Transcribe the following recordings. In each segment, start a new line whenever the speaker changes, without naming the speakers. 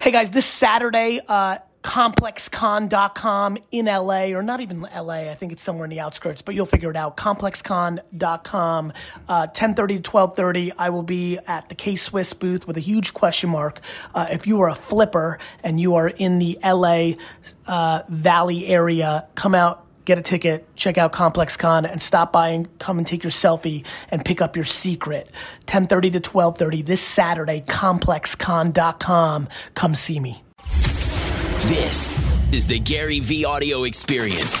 Hey guys, this Saturday, uh, complexcon.com in LA, or not even LA, I think it's somewhere in the outskirts, but you'll figure it out. Complexcon.com, uh, 1030 to 1230. I will be at the K-Swiss booth with a huge question mark. Uh, if you are a flipper and you are in the LA uh, Valley area, come out get a ticket, check out Complex Con, and stop by and come and take your selfie and pick up your secret. 10:30 to 12:30 this Saturday, complexcon.com. Come see me.
This is the Gary V audio experience.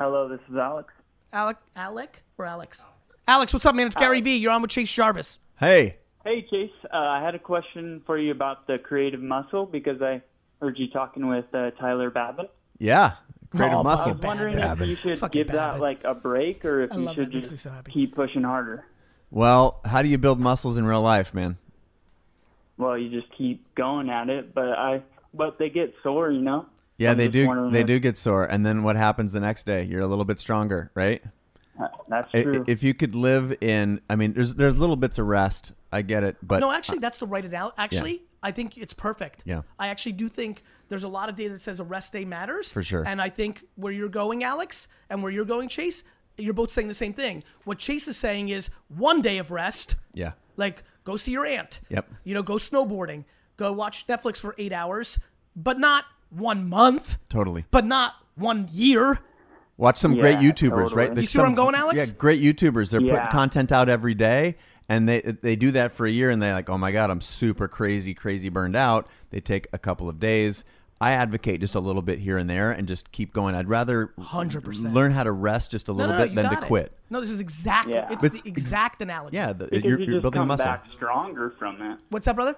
Hello, this is Alex.
Alec, Alec or Alex? Alex, what's up, man? It's Gary V. You're on with Chase Jarvis.
Hey,
Hey, Chase. Uh, I had a question for you about the creative muscle because I heard you talking with uh, Tyler Babin.
yeah, creative
Oh,
muscle.
I was wondering if
Babin.
you should
Fucking
give that
Babin.
like a break or if you
love
should
that. Makes me
just
so happy.
keep pushing harder.
Well, how do you build muscles in real life, man?
Well, you just keep going at it, but I but they get sore, you know.
Yeah,
I'm
they
just
do.
wondering
They
if-
do get sore, and then what happens the next day? You're a little bit stronger, right?
That's
I-
true.
If you could live in, I mean, there's there's little bits of rest. I get it, but
No, actually, that's the write it out. Actually, I think it's perfect.
Yeah.
I actually do think there's a lot of data that says a rest day matters. For
sure.
And I think where you're going, Alex, and where you're going, Chase, you're both saying the same thing. What Chase is saying is one day of rest.
yeah,
Like, go see your aunt.
Yep.
You know, go snowboarding. Go watch Netflix for eight hours, but not one month,
totally.
but not one year.
Watch some great
Yeah,
YouTubers,
totally.
right?
You
There's
see where I'm
some-
going, Alex?
Yeah, great YouTubers. They're putting
Yeah.
content out every day, and they they do that for a year, and they're like, oh my god, I'm super crazy, crazy burned out. They take a couple of days. I advocate just a little bit here and there, and just keep going. I'd rather
100%.
learn how to rest just a
No,
little
no, no,
bit
you
than
got
to
it.
quit.
No, this is exactly,
Yeah.
it's,
It's
the
ex-
exact analogy.
Yeah, the,
because
you're,
you
you're
just
building
come
muscle.
back stronger from it.
What's that, brother?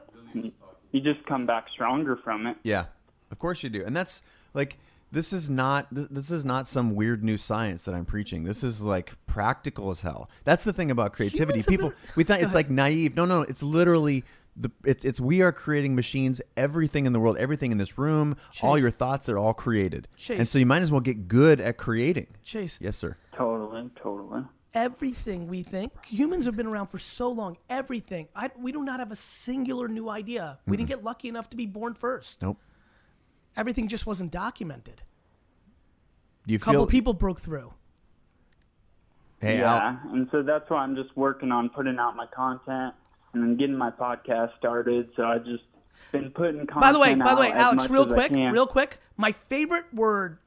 You just come back stronger from it.
Yeah, of course you do, and that's like this is not th- this is not some weird new science that I'm preaching. This is like practical as hell. That's the thing about creativity.
Humans have
People
been-
we think it's like naive. No, no, it's literally. The, it's, it's we are creating machines everything in the world everything in this room all your thoughts are all created and
Chase.
so you might as well get good at creating
Chase.
yes sir
Totally, totally.
everything we think. Humans have been around for so long. Everything. I, we do not have a singular new idea. We didn't get lucky enough to be born first.
nope
Everything just wasn't documented.
do you
A couple
feel
people broke through.
hey Al,
yeah, and so that's why I'm just working on putting out my content and then getting my podcast started. So I just been putting content.
By the way, by
out
the way,
as
Alex,
much
real
as I
quick,
can.
real quick. My favorite word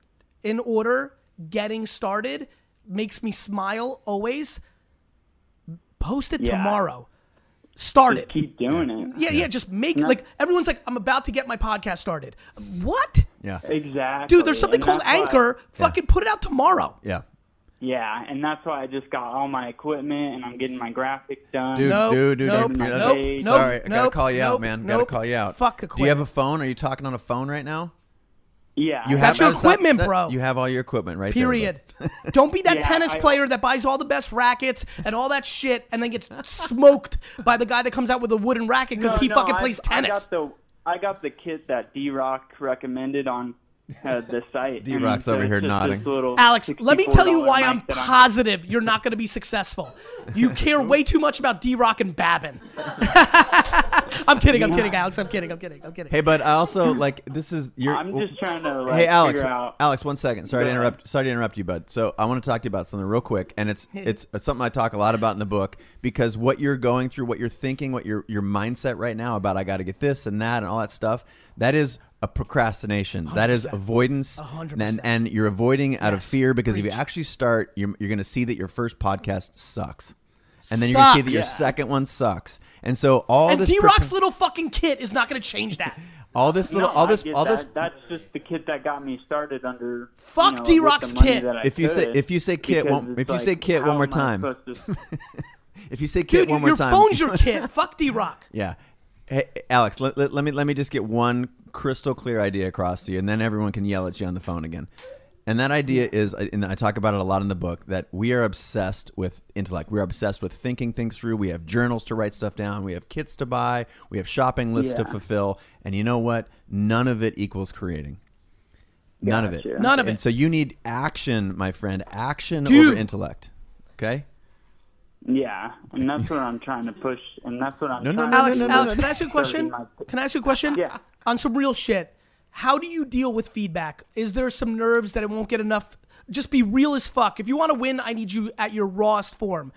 in order getting started makes me smile always. Post it
Yeah.
tomorrow. Start
Just
it.
keep doing it.
yeah, yeah, just make like everyone's like I'm about to get my podcast started. What?
yeah
Exactly.
Dude, there's something
Oh,
called
And that's why-
Anchor. Fucking put it out tomorrow.
yeah
yeah, and that's why I just got all my equipment and I'm getting my graphics done.
Dude,
Nope,
dude, dude,
nope,
dude, dude,
nope,
dude.
nope,
sorry, I gotta
nope,
call you out,
nope,
man.
nope.
Gotta call you out.
Fuck the
Do you have a
quit.
phone? Are you talking on a phone right now?
Yeah.
You
That's
have
your
that stuff-
equipment,
that-
bro.
You have all your equipment right there, bro.
Period. Don't be that
Yeah,
tennis
I-
player that buys all the best rackets and all that shit and then gets smoked by the guy that comes out with a wooden racket because
No,
he
no,
fucking
I-
plays
I
tennis.
got the I got the kit that D Rock recommended on uh, the site. And
D-Rock's
so
over
it's
here
just
nodding.
this little
Alex, let me tell you
$64
why I'm
mic that
positive you're not going to be successful. You care way too much about D Rock and Babin. I'm kidding, I'm kidding, Alex. I'm kidding, I'm kidding, I'm kidding.
Hey, but I also like this is your.
I'm just trying to like,
Hey, Alex.
figure out.
Alex, one second. Sorry to
Go ahead.
interrupt. Sorry to interrupt you, bud. So I want to talk to you about something real quick, and it's it's something I talk a lot about in the book because what you're going through, what you're thinking, what your your mindset right now about I got to get this and that and all that stuff. That is a procrastination. That is avoidance.
hundred
And
percent.
and you're avoiding out of fear because if you actually start, you're, you're going to see that your first podcast sucks. And then you're gonna see that
Sucks.
your
Yeah.
second one sucks, and so all
and
this
D
prepa-
Rock's little fucking kit is not going to change that.
all this little,
No,
all
I
this,
get
all this
that. That's just the kit that got me started under.
Fuck
you know,
D-Rock's
with the money
kit.
that I
If you say-
could,
if you say kit
because
one-
it's
if you
like,
say kit
how
one more
am I
time.
supposed to-
If you say kit
Dude,
one more
your
time,
phone's your kit. Fuck D Rock.
yeah. Hey, Alex, let, let, let me let me just get one crystal clear idea across to you, and then everyone can yell at you on the phone again. And that idea is, uh, and I talk about it a lot in the book, that we are obsessed with intellect. We're obsessed with thinking things through. We have journals to write stuff down. We have kits to buy. We have shopping lists to
Yeah.
fulfill. And you know what? None of it equals creating. None of it.
Gotcha.
None of
And
it.
so you need action, my friend. Action
Dude.
over intellect. Okay.
Yeah, and that's what I'm trying to push, and that's what I'm.
No,
trying
no, no,
to
Alex,
do.
Alex, can I ask you a question?
Serving my-
Can I ask you a question?
Yeah.
On some real shit, how do you deal with feedback? Is there some nerves that it won't get enough? Just be real as fuck. If you want to win, I need you at your rawest form.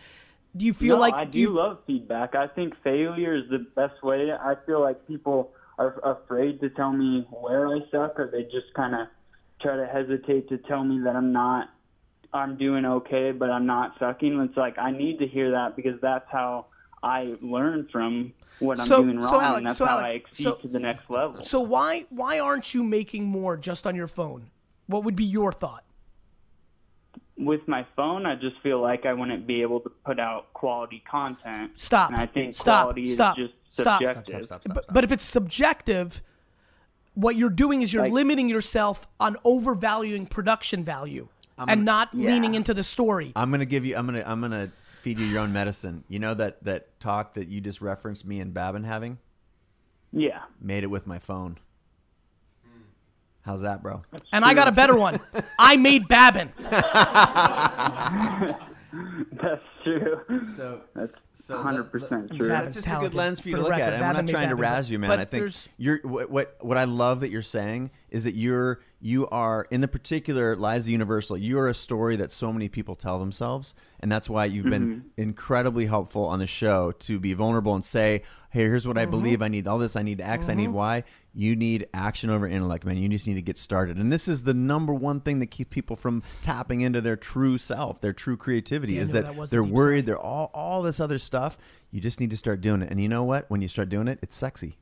Do you feel
No,
like
I do
you,
love feedback. I think failure is the best way. I feel like people are afraid to tell me where I suck, or they just kind of try to hesitate to tell me that I'm not, I'm doing okay, but I'm not sucking. It's like I need to hear that because that's how I learn from what I'm
So-
doing
so
wrong,
Alex-
and that's
so
how
Alex,
I exceed
so-
to the next level.
So why why aren't you making more just on your phone? What would be your thought?
with my phone, I just feel like I wouldn't be able to put out quality content.
Stop.
And I think
Stop.
quality
Stop.
is just
Stop.
subjective.
Stop, But, but if it's subjective, what you're doing is you're limiting yourself on overvaluing production value and not leaning into the story.
I'm gonna give you. I'm gonna. I'm gonna feed you your own medicine. You know that that talk that you just referenced me and Babin having
Yeah.
made it with my phone. Hmm. How's that, bro?
and I got a better one. I made Babin.
That's true.
So so
100%
Babin's
true.
That's just a
talented.
good lens for you
For
to
the
look
record,
at. And I'm
Babin
not
made
trying to
Babin,
razz you, man.
but
I think
there's-
you're what, what what I love that you're saying is that you're you are in the particular lies the universal. You are a story that so many people tell themselves, and that's why you've
Mm-hmm.
been incredibly helpful on the show to be vulnerable and say, "Hey, here's
Mm-hmm.
what I believe. I need all this. I need X. I need Y." You need action over intellect, man. You just need to get started. And this is the number one thing that keeps people from tapping into their true self, their true creativity, is
know
that,
that was a
they're
deep
worried, they're all all this other stuff. You just need to start doing it. And you know what? When you start doing it, it's sexy.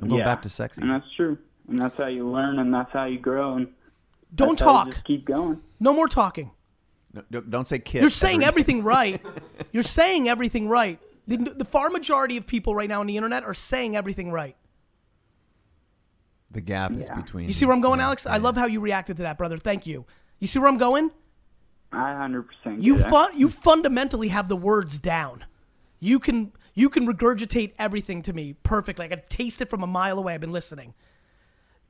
I'm going
yeah.
back to sexy.
And that's true. And that's how you learn and that's how you grow and
Don't
that's how you
talk.
Just keep going.
No more talking.
No, don't, don't say kiss.
You're saying
every-
everything right. You're saying everything right. The, the far majority of people right now on the internet are saying everything right.
the gap is between.
You see where I'm going, Alex? I love how you reacted to that, brother. Thank you. You see where I'm going?
I 100%
You
get it.
fun, you fundamentally have the words down. You can you can regurgitate everything to me perfectly. I can taste it from a mile away. I've been listening.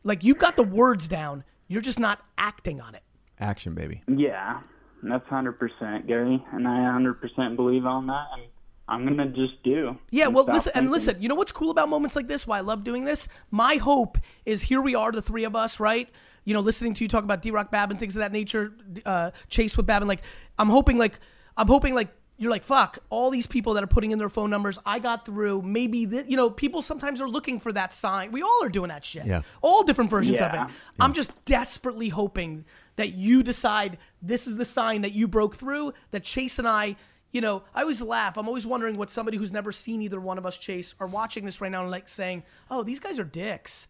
Like you've got the words down. You're just not acting on it.
action, baby.
Mm. Yeah. That's 100%, Gary. And I 100% believe on that. And I'm going to just do.
Yeah,
and
well,
stop
listen, and
thinking.
listen, you know what's cool about moments like this? Why I love doing this? My hope is here we are, the three of us, right? You know, listening to you talk about D Rock Bab and things of that nature, uh, Chase with Bab, and like, I'm hoping, like, I'm hoping, like, you're like, fuck, all these people that are putting in their phone numbers, I got through. Maybe, th-, you know, people sometimes are looking for that sign. We all are doing that shit.
Yeah.
All different versions of it.
Yeah.
I'm just desperately hoping that you decide this is the sign that you broke through, that Chase and I, you know, I always laugh. I'm always wondering what somebody who's never seen either one of us, Chase, are watching this right now and like saying, oh, these guys are dicks.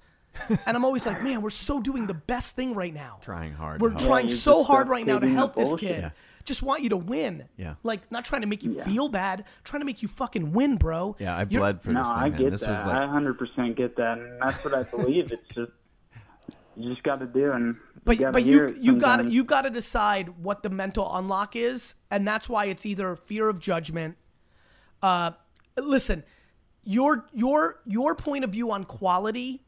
and I'm always like, man, we're so doing the best thing right now.
Trying hard.
We're
and hard.
trying
you
so
just
hard
stop
right now to
feeding the
help this
bullshit.
kid.
Yeah.
Just want you to win.
Yeah.
Like, not trying to make you feel bad, trying to make you fucking win, bro.
Yeah, I
You're-
bled for
No,
this thing,
I
man.
get
this
that.
was like
I 100% get that. And that's what I believe. it's just, you just got to do. And
but
you gotta
but
hear
you
it
you got to
sometimes.
you got to decide what the mental unlock is, and that's why it's either fear of judgment. Uh, listen, your your your point of view on quality,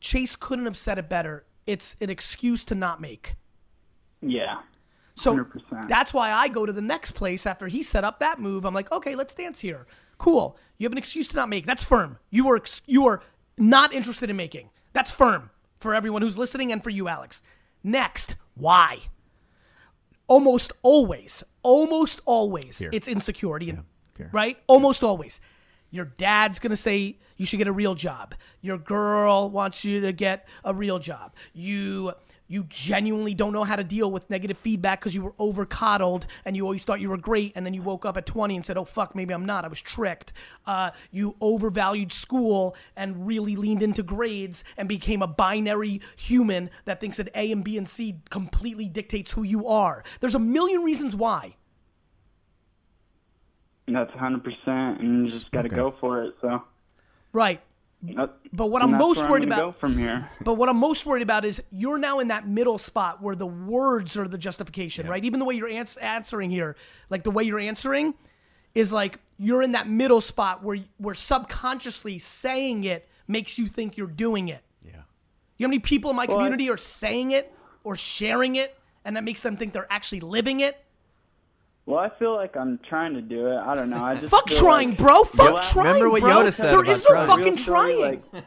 Chase couldn't have said it better. It's an excuse to not make.
Yeah.
So
100%.
that's why I go to the next place after he set up that move. I'm like, okay, let's dance here. Cool. You have an excuse to not make. That's firm. You are ex- you are not interested in making. That's firm for everyone who's listening and for you, Alex. Next, why? Almost always, almost always, it's insecurity, and,
fear.
right? Almost always. Your dad's gonna say you should get a real job. Your girl wants you to get a real job. You you genuinely don't know how to deal with negative feedback because you were overcoddled and you always thought you were great, and then you woke up at 20 and said, "Oh fuck, maybe I'm not. I was tricked." Uh, you overvalued school and really leaned into grades and became a binary human that thinks that A and B and C completely dictates who you are. There's a million reasons why.
That's 100%. And you just got to go for it. So.
Right.
That-
But what
and
I'm
that's
most
where
worried
gonna
about-
go from here.
But what I'm most worried about is you're now in that middle spot where the words are the justification, right? Even the way you're ans- answering here, like the way you're answering is like you're in that middle spot where where subconsciously saying it makes you think you're doing it. Yeah. You know how many people in my community are saying it or sharing it and that makes them think they're actually living it?
Well, I feel like I'm trying to do it. I don't know. I just
Fuck
feel
trying,
like-
bro. Fuck
Yo,
trying,
remember what
bro.
Yoda said
there
about
is no
trying.
fucking
Real story,
trying.
Like,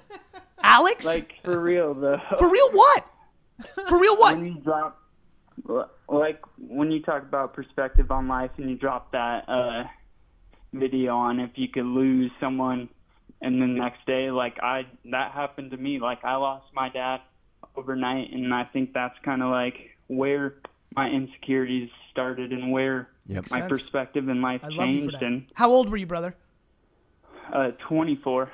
Alex,
like for real though.
for real, what? For real, what?
when you drop like when you talk about perspective on life and you drop that uh video on if you could lose someone and the next day like i that happened to me like i lost my dad overnight and i think that's kind of like where my insecurities started and where
Yep.
my
sense.
perspective in life
I love you for
changed
that.
and
How old were you, brother?
uh 24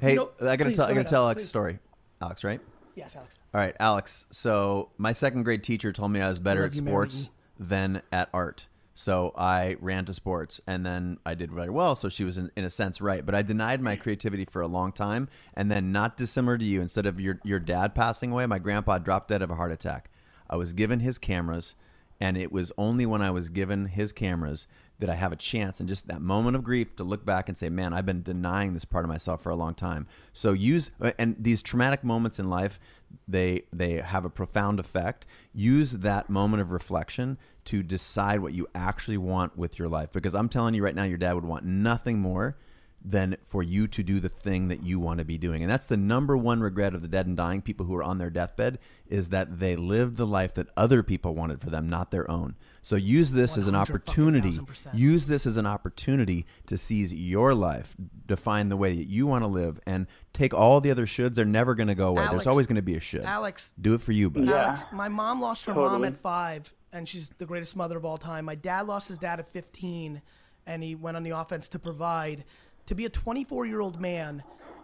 Hey,
know- please, go
I gotta tell. I gotta
ahead,
tell
Alex,
Alex's
please.
story. Alex, right?
Yes, Alex.
All right, Alex. So my second grade teacher told me I was better at
you, Mary
sports than at art. So I ran to sports, and then I did very well. So she was, in, in a sense, right. But I denied my creativity for a long time, and then, not dissimilar to you, instead of your your dad passing away, my grandpa dropped dead of a heart attack. I was given his cameras, and it was only when I was given his cameras that I have a chance and just that moment of grief to look back and say, man, I've been denying this part of myself for a long time. So use uh, and these traumatic moments in life, they they have a profound effect. Use that moment of reflection to decide what you actually want with your life. Because I'm telling you right now, your dad would want nothing more than for you to do the thing that you want to be doing. And that's the number one regret of the dead and dying people who are on their deathbed is that they lived the life that other people wanted for them, not their own. So use this as an
100 fucking
opportunity.
thousand percent.
Use this as an opportunity to seize your life, define the way that you want to live, and take all the other shoulds. They're never going to go away.
Alex.
There's always going to be a should.
Alex.
Do it for you, buddy.
Alex, my mom lost her mom
Totally.
at five, and she's the greatest mother of all time. My dad lost his dad at 15, and he went on the offense to provide. To be a 24 year old man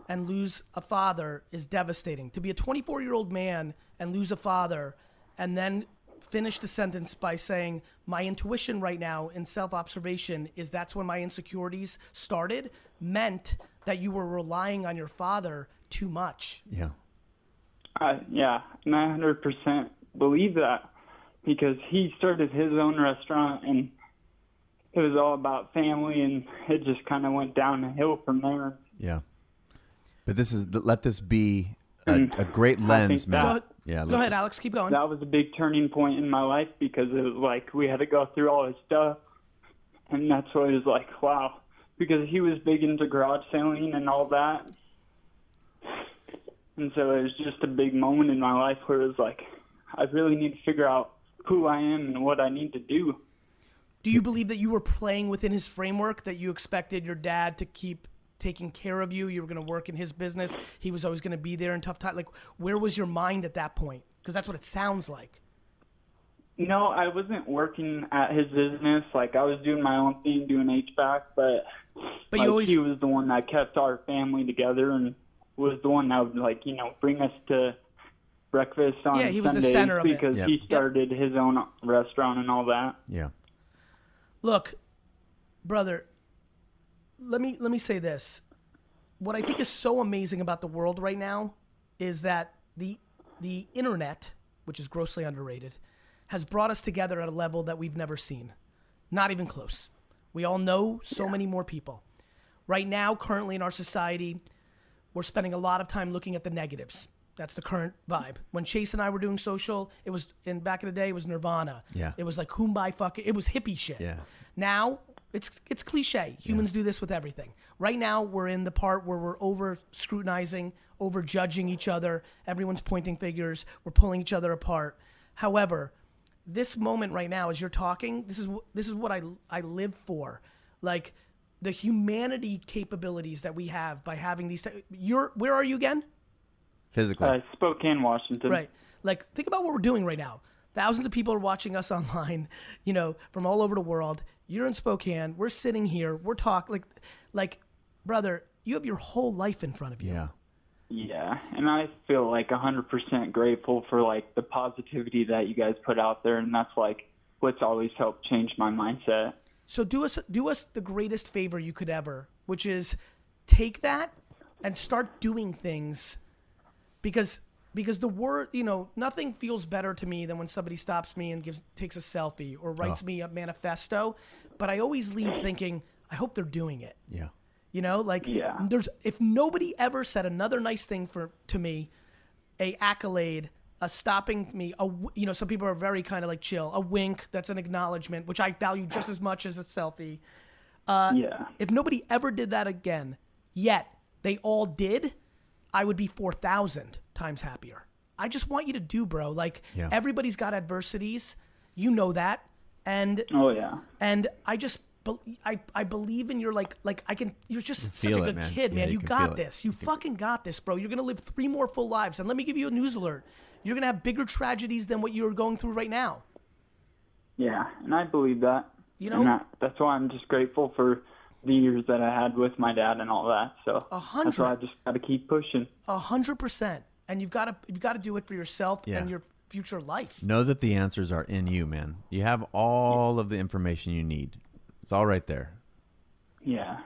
and lose a father is devastating. To be a 24 year old man and lose a father, and then finish the sentence by saying, My intuition right now in self observation is that's when my insecurities started, meant that you were relying on your father too much.
Yeah.
I, yeah, and I 100% believe that because he started his own restaurant and it was all about family and it just kind of went downhill from there.
Yeah. But this is let this be a, a great lens,
Hmm. that-
man.
Go-
yeah.
Go
let-
ahead, Alex, keep going.
That was a big turning point in my life because it was like we had to go through all his stuff and that's what it was like, wow, because he was big into garage selling and all that. And so it was just a big moment in my life where it was like, I really need to figure out who I am and what I need to do.
Do you believe that you were playing within his framework that you expected your dad to keep taking care of you? You were going to work in his business. He was always going to be there in tough times. Like, where was your mind at that point? Because that's what it sounds like.
No, I wasn't working at his business. Like I was doing my own thing, doing HVAC, but
But
like,
you always,
he was the one that kept our family together and was the one that would like you know bring us to breakfast on
Yeah, he was the
Sundays
center of it.
because
Yep.
he
Yep.
started his own restaurant and all that.
yeah.
look, brother. Let me let me say this. What I think is so amazing about the world right now is that the the internet, which is grossly underrated, has brought us together at a level that we've never seen. Not even close. We all know so many more people. Right now, currently in our society, we're spending a lot of time looking at the negatives. That's the current vibe. When Chase and I were doing social, it was in back in the day, it was Nirvana.
Yeah.
It was like Kumbaya fuck it was hippie shit.
Yeah.
Now it's it's cliche. Humans do this with everything. Right now we're in the part where we're over scrutinizing, over judging each other. Everyone's pointing fingers. We're pulling each other apart. However, this moment right now, as you're talking, this is wh- this is what I I live for, like the humanity capabilities that we have by having these. T- you're where are you again?
Physically.
Uh, Spokane, Washington.
Right. Like, think about what we're doing right now. Thousands of people are watching us online, you know, from all over the world. You're in Spokane. We're sitting here. We're talking. Like, like, brother, you have your whole life in front of you.
yeah.
Yeah, and I feel like 100% grateful for like the positivity that you guys put out there, and that's like what's always helped change my mindset.
So do us do us the greatest favor you could ever, which is take that and start doing things because because the word you know nothing feels better to me than when somebody stops me and gives takes a selfie or writes me a manifesto, but I always leave thinking I hope they're doing it.
Yeah.
You know, like
Yeah.
there's if nobody ever said another nice thing for to me, a accolade, uh, stopping me. A w- you know, so people are very kind of like chill. A wink, that's an acknowledgement, which I value just as much as a selfie. Uh,
yeah.
If nobody ever did that again, yet they all did, I would be 4,000 times happier. I just want you to do, bro. Like,
Yeah.
everybody's got adversities. You know that. And
Oh yeah.
and I just bel I, I believe in your like like I can you're just such
feel
a
it,
good
man.
kid
Yeah,
man
you
you,
can feel
got
it.
this you fucking got this bro you're gonna live three more full lives and let me give you a news alert you're gonna have bigger tragedies than what you're going through right now
Yeah, and I believe that.
You know-
and that, that's why I'm just grateful for the years that I had with my dad and all that. So
hundred.
that's why I just got to keep pushing.
a hundred percent and you've got to you've got to do it for yourself
Yeah.
and your future life
Know that the answers are in you, man. You have all of the information you need. It's all right there.
Yeah,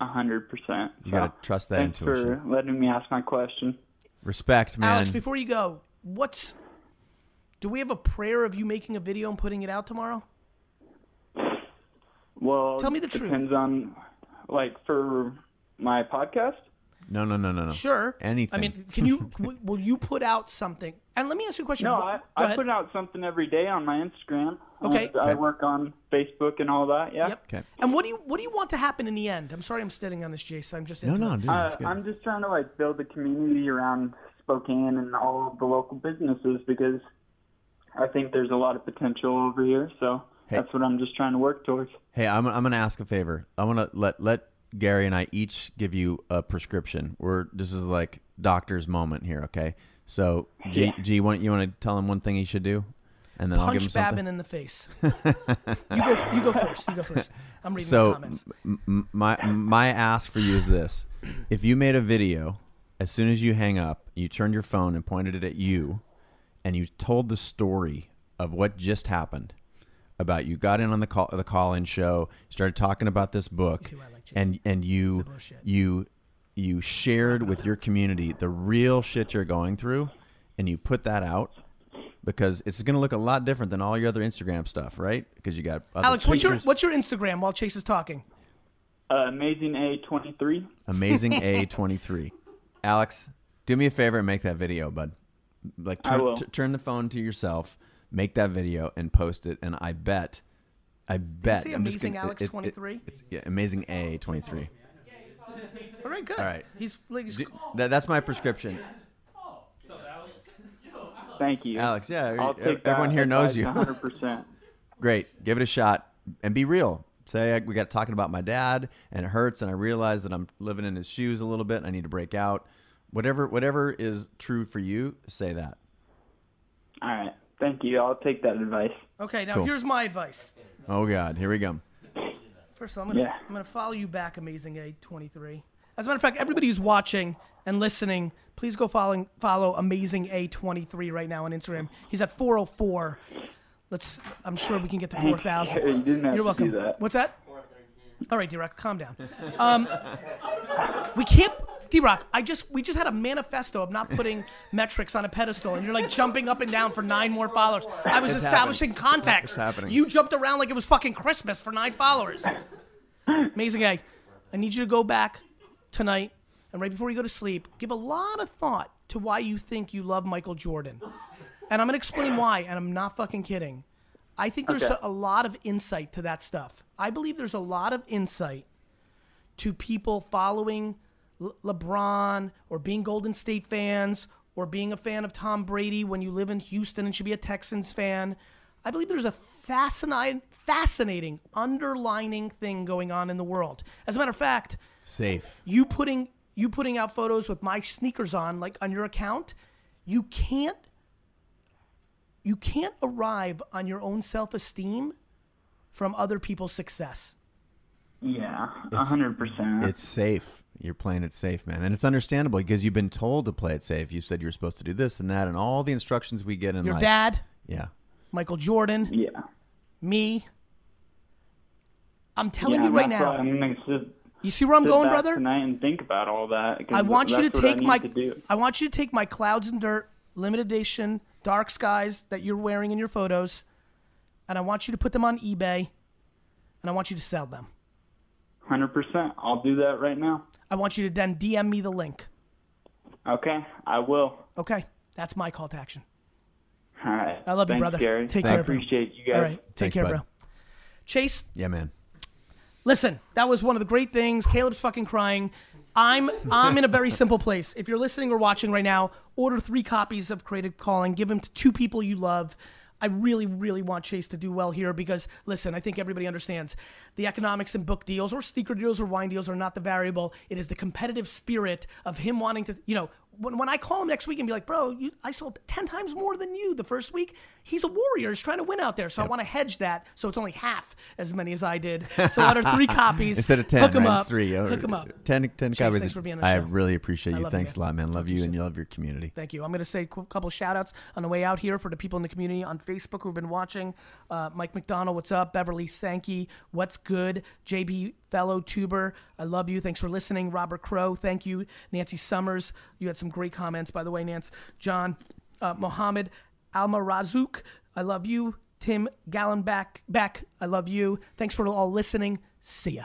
a hundred percent. You
gotta trust that
thanks
intuition.
for letting me ask my question.
Respect, man.
Alex before you go what's do we have a prayer of you making a video and putting it out tomorrow
Well,
Tell me the truth.
depends on like for my podcast.
no, no, no, no, no.
sure
Anything.
I mean can you w- will you put out something and let me ask you a question
No,
Go-
I,
go
I
ahead.
put out something every day on my Instagram.
Okay.
I, I
Okay.
work on Facebook and all that. Yeah.
Yep.
Okay.
And what do you what do you want to happen in the end? I'm sorry, I'm sitting on this, Jason. I'm just
No,
into
no,
it.
dude.
Uh,
it's good.
I'm just trying to like build a community around Spokane and all of the local businesses because I think there's a lot of potential over here. So that's what I'm just trying to work towards.
Hey, I'm, I'm gonna ask a favor. I'm gonna let let Gary and I each give you a prescription. We're this is like doctor's moment here, okay? So G, G, want you want to tell him one thing he should do, and then I'll give him
Punch
something.
Babin in the face. you go you go first. You go first. I'm reading the
so
comments.
m- m- my my ask for you is this: if you made a video, as soon as you hang up, you turned your phone and pointed it at you, and you told the story of what just happened about you got in on the call the call in show, started talking about this book,
why I like Jason.
and and you
Similar shit.
you you shared with your community the real shit you're going through, and you put that out. Because it's going to look a lot different than all your other Instagram stuff, right? Because you got other
Alex, what's your
pictures.
what's your Instagram while Chase is talking?
Uh, amazing A23.
Amazing A23. Alex, do me a favor and make that video, bud. Like
I
turn,
will.
t- turn the phone to yourself, make that video and post it and I bet I bet
say
I'm just
Amazing
gonna-
Alex
it- it-
23?
It's yeah, Amazing A23.
Oh.
All right, good.
All right.
He's like he's,
Do- that- that's my prescription.
Thank you.
Alex, yeah,
I'll
e-
take that
everyone here knows
advice
you.
100%.
Great. Give it a shot and be real. Say I, we got talking about my dad and it hurts and I realize that I'm living in his shoes a little bit. And I need to break out. Whatever whatever is true for you, say that.
all right. Thank you. I'll take that advice.
okay. Now
Cool.
here's my advice.
Oh god, here we go.
First of all, I'm gonna
Yeah.
I'm gonna follow you back, Amazing A23. As a matter of fact, everybody who's watching and listening, please go following follow Amazing A23 right now on Instagram. He's at 404. Let's. I'm sure we can get to
Thank
4,000.
Uh, You You didn't have
You're
to
welcome.
do that.
What's that? All right, D-Rock, calm down. Um, we can't, D-Rock. I just we just had a manifesto of not putting metrics on a pedestal, and you're like jumping up and down for nine more followers. I was establishing context.
It's happening.
You jumped around like it was fucking Christmas for nine followers. Amazing guy. I need you to go back tonight and right before you go to sleep, give a lot of thought to why you think you love Michael Jordan. And I'm gonna explain why, and I'm not fucking kidding. I think there's
Okay.
a, a lot of insight to that stuff. I believe there's a lot of insight to people following Le- LeBron or being Golden State fans or being a fan of Tom Brady when you live in Houston and should be a Texans fan. I believe there's a fascinating, fascinating underlining thing going on in the world. As a matter of fact,
Safe.
you putting you putting out photos with my sneakers on like on your account you can't you can't arrive on your own self-esteem from other people's success
Yeah, a 100%.
It's safe. You're playing it safe, man. And it's understandable because you've been told to play it safe. You said you were supposed to do this and that and all the instructions we get in
your
life.
dad
Yeah.
michael jordan
yeah.
me i'm telling
Yeah,
you right
that's
now
why I'm gonna sit,
you see where i'm
sit
going
back
brother
tonight and think about all that. 'cause
I want you to
that's what I
take
need
my
to do.
I want you to take my clouds and dirt limited edition dark skies that you're wearing in your photos, and I want you to put them on eBay, and I want you to sell them.
Hundred percent. I'll do that right now.
I want you to then DM me the link.
Okay, I will.
Okay, that's my call to action.
All right.
I love you,
Thanks,
brother.
Gary.
Take
I
care, bro.
appreciate you guys.
All right. Take
Thanks,
care,
bud.
bro. Chase,
Yeah, man.
listen, that was one of the great things. Caleb's fucking crying. I'm I'm in a very simple place. If you're listening or watching right now, order three copies of Creative Calling. Give them to two people you love. I really, really want Chase to do well here because listen, I think everybody understands the economics in book deals or sneaker deals or wine deals are not the variable. It is the competitive spirit of him wanting to, you know, when, when I call him next week and be like, bro, you, I sold 10 times more than you the first week, he's a warrior. He's trying to win out there. So I want to hedge that. So it's only half as many as I did. So out of three copies,
Instead of 10,
hook 'em
right?
up,
It's three. Oh, or
Hook him up.
10, 10 copies.
thanks for being on the
I
show.
really appreciate you.
love you,
Thanks a
man.
lot, man. Love you, and you love your community.
Thank you. I'm going to say a couple shout outs on the way out here for the people in the community on Facebook who've been watching. Uh, Mike McDonald, what's up? Beverly Sankey, what's good? JB Fellow Tuber, I love you. Thanks for listening. Robert Crow, thank you. Nancy Summers, you had some great comments, by the way, Nance. John uh, Mohammed Almarazuk, I love you. Tim Gallenback, back, I love you. Thanks for all listening. See ya.